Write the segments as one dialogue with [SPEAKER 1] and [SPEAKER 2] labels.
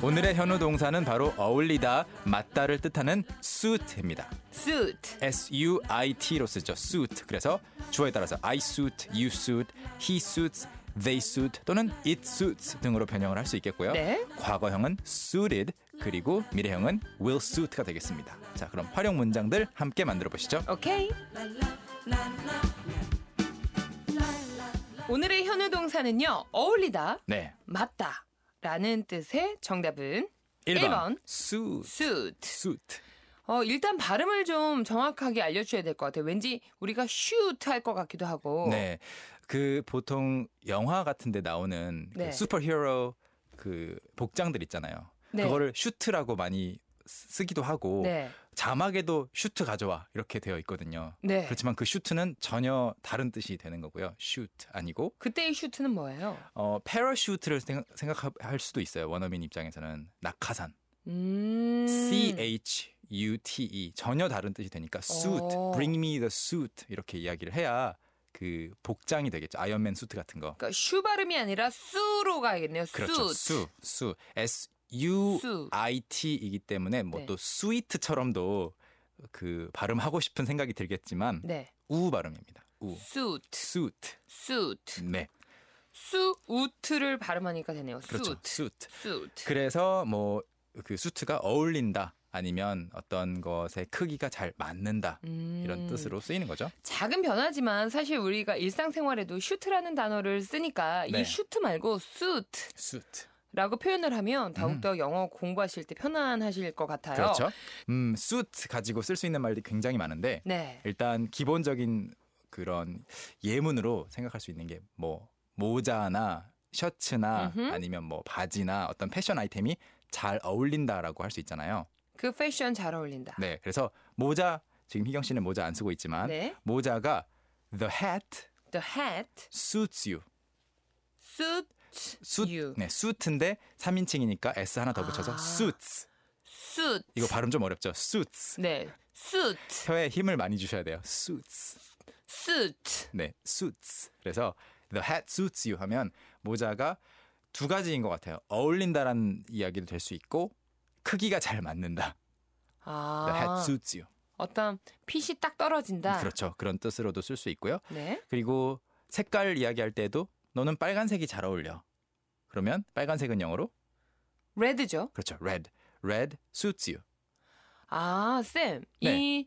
[SPEAKER 1] 오늘의 현우 동사는 바로 어울리다, 맞다를 뜻하는 suit입니다.
[SPEAKER 2] suit.
[SPEAKER 1] S-U-I-T로 쓰죠. suit. 그래서 주어에 따라서 I suit, you suit, he suits, they suit 또는 it suits 등으로 변형을 할 수 있겠고요.
[SPEAKER 2] 네.
[SPEAKER 1] 과거형은 suited 그리고 미래형은 will suit가 되겠습니다. 자, 그럼 활용 문장들 함께 만들어 보시죠.
[SPEAKER 2] 오케이. 오늘의 현우 동사는요. 어울리다,
[SPEAKER 1] 네.
[SPEAKER 2] 맞다라는 뜻의 정답은
[SPEAKER 1] 1번.
[SPEAKER 2] 일번.
[SPEAKER 1] suit.
[SPEAKER 2] suit.
[SPEAKER 1] suit.
[SPEAKER 2] 어, 일단 발음을 좀 정확하게 알려줘야 될 것 같아요. 왠지 우리가 shoot 할 것 같기도 하고.
[SPEAKER 1] 네. 그 보통 영화 같은 데 나오는
[SPEAKER 2] 네.
[SPEAKER 1] 그 슈퍼히어로 그 복장들 있잖아요.
[SPEAKER 2] 네.
[SPEAKER 1] 그거를 슈트라고 많이 쓰- 쓰기도 하고
[SPEAKER 2] 네.
[SPEAKER 1] 자막에도 슈트 가져와 이렇게 되어 있거든요.
[SPEAKER 2] 네.
[SPEAKER 1] 그렇지만 그 슈트는 전혀 다른 뜻이 되는 거고요. 슈트 아니고
[SPEAKER 2] 그때의 shoot는 뭐예요?
[SPEAKER 1] 어 패러슈트를 생각- 생각할 수도 있어요. 원어민 입장에서는 낙하산.
[SPEAKER 2] 음.
[SPEAKER 1] C H U T E 전혀 다른 뜻이 되니까 suit,
[SPEAKER 2] 어.
[SPEAKER 1] bring me the suit 이렇게 이야기를 해야 그 복장이 되겠죠. 아이언맨 수트 같은 거.
[SPEAKER 2] 그러니까 슈 발음이 아니라 수로 가야겠네요.
[SPEAKER 1] 그렇죠.
[SPEAKER 2] suit.
[SPEAKER 1] 수, 수, S U
[SPEAKER 2] 수.
[SPEAKER 1] I T이기 때문에 뭐
[SPEAKER 2] 네.
[SPEAKER 1] 또 스위트처럼도 그 발음하고 싶은 생각이 들겠지만
[SPEAKER 2] 네.
[SPEAKER 1] 우 발음입니다. 우.
[SPEAKER 2] suit.
[SPEAKER 1] suit.
[SPEAKER 2] suit.
[SPEAKER 1] 네.
[SPEAKER 2] 수우트를 발음하니까 되네요.
[SPEAKER 1] 그렇죠.
[SPEAKER 2] suit.
[SPEAKER 1] suit.
[SPEAKER 2] suit.
[SPEAKER 1] 그래서 뭐 그 수트가 어울린다 아니면 어떤 것의 크기가 잘 맞는다
[SPEAKER 2] 음.
[SPEAKER 1] 이런 뜻으로 쓰이는 거죠.
[SPEAKER 2] 작은 변화지만 사실 우리가 일상생활에도 슈트라는 단어를 쓰니까
[SPEAKER 1] 네.
[SPEAKER 2] 이 슈트 말고 suit
[SPEAKER 1] suit.
[SPEAKER 2] 라고 표현을 하면 더욱더 영어 공부하실 때 편안하실 것 같아요.
[SPEAKER 1] 음. 그렇죠. 음, suit 가지고 쓸 수 있는 말들이 굉장히 많은데
[SPEAKER 2] 네.
[SPEAKER 1] 일단 기본적인 그런 예문으로 생각할 수 있는 게 뭐 모자나 셔츠나
[SPEAKER 2] 음흠.
[SPEAKER 1] 아니면 뭐 바지나 어떤 패션 아이템이 잘 어울린다라고 할 수 있잖아요.
[SPEAKER 2] 그 패션 잘 어울린다.
[SPEAKER 1] 네. 그래서 모자 지금 희경 씨는 모자 안 쓰고 있지만
[SPEAKER 2] 네.
[SPEAKER 1] 모자가 the hat
[SPEAKER 2] The hat
[SPEAKER 1] suits you.
[SPEAKER 2] suits
[SPEAKER 1] suit
[SPEAKER 2] you.
[SPEAKER 1] 네, suit인데 3인칭이니까 s 하나 더 붙여서
[SPEAKER 2] 아.
[SPEAKER 1] suits.
[SPEAKER 2] suit.
[SPEAKER 1] 이거 발음 좀 어렵죠. suits.
[SPEAKER 2] 네. suit.
[SPEAKER 1] 혀에 힘을 많이 주셔야 돼요. suits.
[SPEAKER 2] suit.
[SPEAKER 1] 네, suits. 그래서 the hat suits you 하면 모자가 두 가지인 것 같아요. 어울린다라는 이야기도 될 수 있고 크기가 잘 맞는다.
[SPEAKER 2] 아. 네.
[SPEAKER 1] The hat suits you.
[SPEAKER 2] 어떤 핏이 딱 떨어진다.
[SPEAKER 1] 그렇죠. 그런 뜻으로도 쓸 수 있고요.
[SPEAKER 2] 네.
[SPEAKER 1] 그리고 색깔 이야기할 때도 너는 빨간색이 잘 어울려. 그러면 빨간색은 영어로
[SPEAKER 2] 레드죠.
[SPEAKER 1] 그렇죠. red. red suits you.
[SPEAKER 2] 아, 쌤.
[SPEAKER 1] 네.
[SPEAKER 2] 이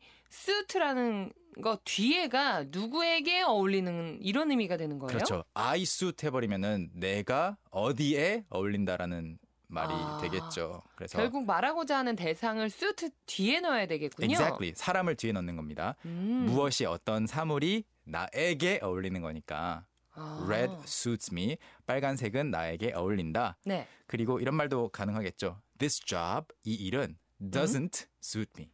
[SPEAKER 2] 수트라는 거 뒤에가 누구에게 어울리는 이런 의미가 되는 거예요?
[SPEAKER 1] 그렇죠. I suit 해버리면은 내가 어디에 어울린다라는 말이
[SPEAKER 2] 아,
[SPEAKER 1] 되겠죠. 그래서
[SPEAKER 2] 결국 말하고자 하는 대상을 수트 뒤에 넣어야 되겠군요.
[SPEAKER 1] exactly 사람을 뒤에 넣는 겁니다.
[SPEAKER 2] 음.
[SPEAKER 1] 무엇이 어떤 사물이 나에게 어울리는 거니까
[SPEAKER 2] 아.
[SPEAKER 1] red suits me 빨간색은 나에게 어울린다
[SPEAKER 2] 네.
[SPEAKER 1] 그리고 이런 말도 가능하겠죠 this job 이 일은 doesn't suit me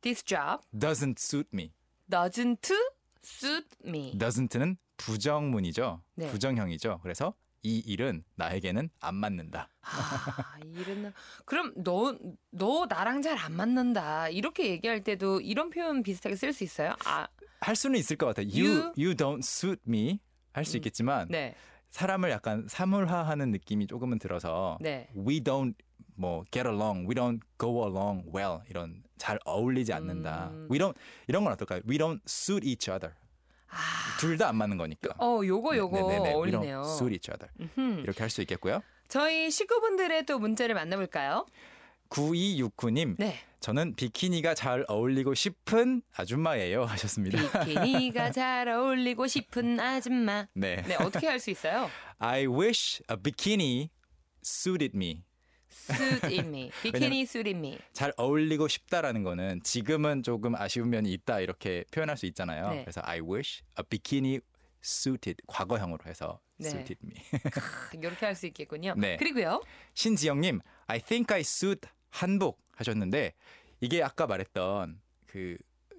[SPEAKER 2] This job
[SPEAKER 1] doesn't suit me
[SPEAKER 2] doesn't suit me.
[SPEAKER 1] doesn't는 부정문이죠
[SPEAKER 2] 네.
[SPEAKER 1] 부정형이죠 그래서 이 일은 나에게는 안 맞는다
[SPEAKER 2] 아, 이런 그럼 너 너 나랑 잘 안 맞는다. 이렇게 얘기할 때도 이런 표현 비슷하게 쓸 수 있어요? 아,
[SPEAKER 1] 할 수는 있을 것 같아 you
[SPEAKER 2] You-
[SPEAKER 1] you don't suit me 할 수 있겠지만
[SPEAKER 2] 네.
[SPEAKER 1] 사람을 약간 사물화하는 느낌이 조금은 들어서
[SPEAKER 2] 네.
[SPEAKER 1] we don't 뭐 get along, we don't go along well 이런 잘 어울리지 않는다.
[SPEAKER 2] 음.
[SPEAKER 1] we don't 이런 건 어떨까요? we don't suit each other. 둘 다 안 맞는 거니까.
[SPEAKER 2] 아. 어, 요거 요거
[SPEAKER 1] 네네네.
[SPEAKER 2] 어울리네요.
[SPEAKER 1] We don't suit each other.
[SPEAKER 2] 음흠. 네.
[SPEAKER 1] 이렇게 할 수 있겠고요.
[SPEAKER 2] 저희 식구분들의 또 문제를 만나볼까요?
[SPEAKER 1] 9269님,
[SPEAKER 2] 네.
[SPEAKER 1] 저는 비키니가 잘 어울리고 싶은 아줌마예요 하셨습니다.
[SPEAKER 2] 비키니가 잘 어울리고 싶은 아줌마.
[SPEAKER 1] 네.
[SPEAKER 2] 네, 어떻게 할 수 있어요?
[SPEAKER 1] I wish a bikini suited me.
[SPEAKER 2] 수입미. 비키니 수입미.
[SPEAKER 1] 잘 어울리고 싶다라는 거는 지금은 조금 아쉬운 면이 있다 이렇게 표현할 수 있잖아요.
[SPEAKER 2] 네.
[SPEAKER 1] 그래서 I wish a bikini suited 과거형으로 해서
[SPEAKER 2] 네.
[SPEAKER 1] suited me.
[SPEAKER 2] 이렇게 할 수 있겠군요.
[SPEAKER 1] 네.
[SPEAKER 2] 그리고요.
[SPEAKER 1] 신지영님, I think I suit 한복 하셨는데 이게 아까 말했던 그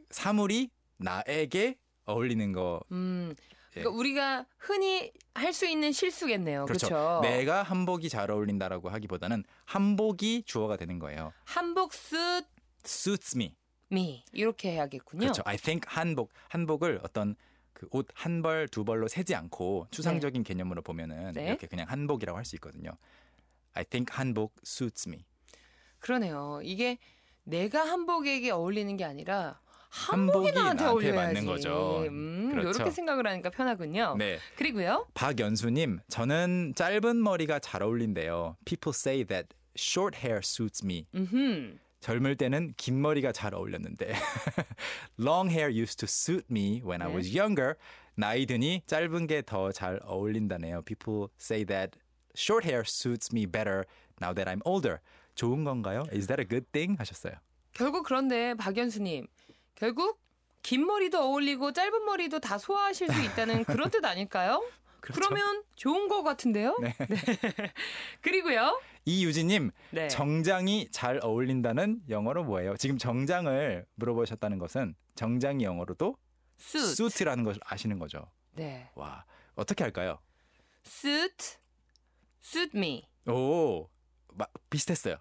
[SPEAKER 1] 사물이 나에게 어울리는 거.
[SPEAKER 2] 음,
[SPEAKER 1] 예.
[SPEAKER 2] 그러니까 우리가 흔히 할 수 있는 실수겠네요. 그렇죠.
[SPEAKER 1] 내가 한복이 잘 어울린다라고 하기보다는 한복이 주어가 되는 거예요.
[SPEAKER 2] 한복 수
[SPEAKER 1] suits me.
[SPEAKER 2] me 이렇게 해야겠군요.
[SPEAKER 1] 그렇죠. I think 한복 한복을 어떤 그 옷 한 벌, 두 벌로 세지 않고 추상적인 개념으로 보면은
[SPEAKER 2] 네.
[SPEAKER 1] 이렇게 그냥 한복이라고 할 수 있거든요. I think 한복 suits me.
[SPEAKER 2] 그러네요. 이게 내가 한복에게 어울리는 게 아니라
[SPEAKER 1] 한복이
[SPEAKER 2] 한복이 나한테
[SPEAKER 1] 나한테
[SPEAKER 2] 어울려야지.
[SPEAKER 1] 맞는 거죠.
[SPEAKER 2] 음,
[SPEAKER 1] 그렇죠.
[SPEAKER 2] 이렇게 생각을 하니까 편하군요.
[SPEAKER 1] 네.
[SPEAKER 2] 그리고요.
[SPEAKER 1] 박연수님, 저는 짧은 머리가 잘 어울린대요. People say that short hair suits me.
[SPEAKER 2] 음흠.
[SPEAKER 1] 젊을 때는 긴 머리가 잘 어울렸는데 long hair used to suit me when I
[SPEAKER 2] 네.
[SPEAKER 1] was younger. 나이 드니 짧은 게 더 잘 어울린다네요. People say that short hair suits me better now that I'm older. 좋은 건가요? Is that a good thing? 하셨어요.
[SPEAKER 2] 결국 그런데 박연수님 결국 긴 머리도 어울리고 짧은 머리도 다 소화하실 수 있다는 그런 뜻 아닐까요?
[SPEAKER 1] 그렇죠.
[SPEAKER 2] 러면 좋은 거 같은데요. 네. 그리고요.
[SPEAKER 1] 이유진님
[SPEAKER 2] 네.
[SPEAKER 1] 정장이 잘 어울린다는 영어로 뭐예요? 지금 정장을 물어보셨다는 것은 정장이 영어로도
[SPEAKER 2] suit.
[SPEAKER 1] suit라는 것을 아시는 거죠.
[SPEAKER 2] 네.
[SPEAKER 1] 와 어떻게 할까요?
[SPEAKER 2] suit. suit me.
[SPEAKER 1] 오 마- 비슷했어요.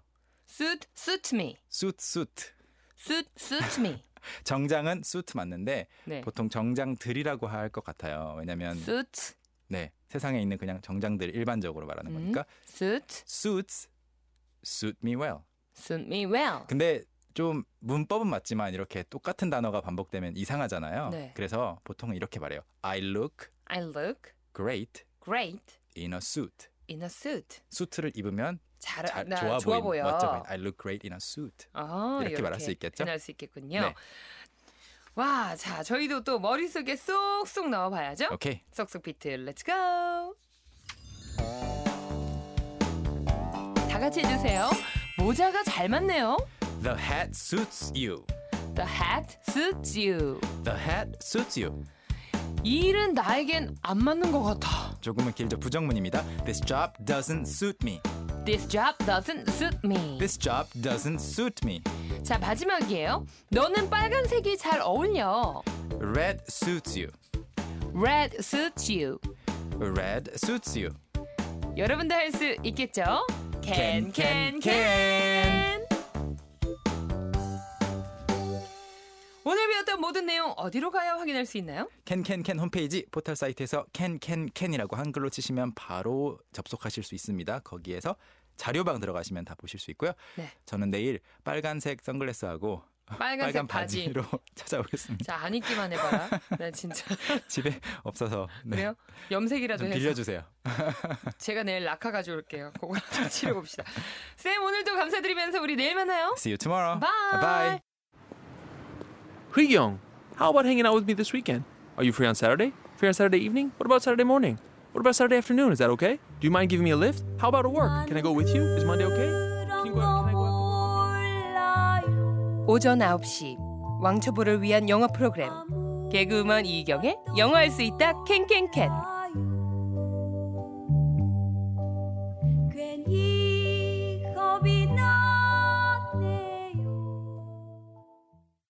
[SPEAKER 2] suit suit me.
[SPEAKER 1] suit suit
[SPEAKER 2] suit suit me.
[SPEAKER 1] 정장은 수트 맞는데
[SPEAKER 2] 네.
[SPEAKER 1] 보통 정장들이라고 할 것 같아요. 왜냐면
[SPEAKER 2] suit
[SPEAKER 1] 네 세상에 있는 그냥 정장들 일반적으로 말하는
[SPEAKER 2] 음.
[SPEAKER 1] 거니까
[SPEAKER 2] suit
[SPEAKER 1] suits suit me well.
[SPEAKER 2] suit me well.
[SPEAKER 1] 근데 좀 문법은 맞지만 이렇게 똑같은 단어가 반복되면 이상하잖아요.
[SPEAKER 2] 네.
[SPEAKER 1] 그래서 보통 이렇게 말해요. I look
[SPEAKER 2] I look
[SPEAKER 1] great
[SPEAKER 2] great
[SPEAKER 1] in a suit.
[SPEAKER 2] in a suit.
[SPEAKER 1] 수트를 입으면
[SPEAKER 2] 잘,
[SPEAKER 1] 잘,
[SPEAKER 2] 나
[SPEAKER 1] 좋아,
[SPEAKER 2] 좋아
[SPEAKER 1] 보인,
[SPEAKER 2] 보여.
[SPEAKER 1] 멋져 보인. I look great in a suit.
[SPEAKER 2] 아,
[SPEAKER 1] 이렇게 말할 수 있겠죠?
[SPEAKER 2] 표현할 수 있겠군요.
[SPEAKER 1] 네.
[SPEAKER 2] 와, 자, 저희도 또 머릿속에 쏙쏙 넣어봐야죠.
[SPEAKER 1] 오케이.
[SPEAKER 2] 쏙쏙 비트, 렛츠 고! 다 같이 해주세요. 모자가 잘 맞네요.
[SPEAKER 1] The hat suits you.
[SPEAKER 2] The hat suits you.
[SPEAKER 1] The hat suits you.
[SPEAKER 2] 이 일은 나에겐 안 맞는 것 같아.
[SPEAKER 1] 조금은 길죠. 부정문입니다. This job doesn't suit me.
[SPEAKER 2] This job doesn't suit me.
[SPEAKER 1] This job doesn't suit me.
[SPEAKER 2] 자, 마지막이에요. 너는 빨간색이 잘 어울려.
[SPEAKER 1] Red suits you.
[SPEAKER 2] Red suits you.
[SPEAKER 1] Red suits you.
[SPEAKER 2] 여러분도 할 수 있겠죠?
[SPEAKER 1] Can,
[SPEAKER 2] 캔,
[SPEAKER 1] can,
[SPEAKER 2] 캔, 캔. 오늘 배웠던 모든 내용 어디로 가야 확인할 수 있나요?
[SPEAKER 1] 캔캔캔 홈페이지 포털 사이트에서 캔캔캔이라고 한글로 치시면 바로 접속하실 수 있습니다. 거기에서 자료방 들어가시면 다 보실 수 있고요.
[SPEAKER 2] 네.
[SPEAKER 1] 저는 내일 빨간색 선글라스하고
[SPEAKER 2] 아, 빨간색
[SPEAKER 1] 빨간
[SPEAKER 2] 바지.
[SPEAKER 1] 바지로 찾아오겠습니다.
[SPEAKER 2] 자, 안 입기만 해봐라. 나 진짜.
[SPEAKER 1] 집에 없어서 네.
[SPEAKER 2] 그래요? 염색이라도
[SPEAKER 1] 좀
[SPEAKER 2] 해서.
[SPEAKER 1] 빌려주세요.
[SPEAKER 2] 제가 내일 라카 가져올게요. 그거라도 치료봅시다. 쌤, 오늘도 감사드리면서 우리 내일 만나요.
[SPEAKER 1] See you tomorrow.
[SPEAKER 2] Bye.
[SPEAKER 1] Bye.
[SPEAKER 3] Young, how about hanging out with me this weekend? Are you free on Saturday? Free on Saturday evening? What about Saturday morning? What about Saturday afternoon? Is that okay? Do you mind giving me a lift? How about a work? Can I go with you? Is Monday okay? Can you go out? Can I go out?
[SPEAKER 2] 오전 9시 왕초보를 위한 영어 프로그램 개그우먼 이경의 영어할 수 있다 캔캔캔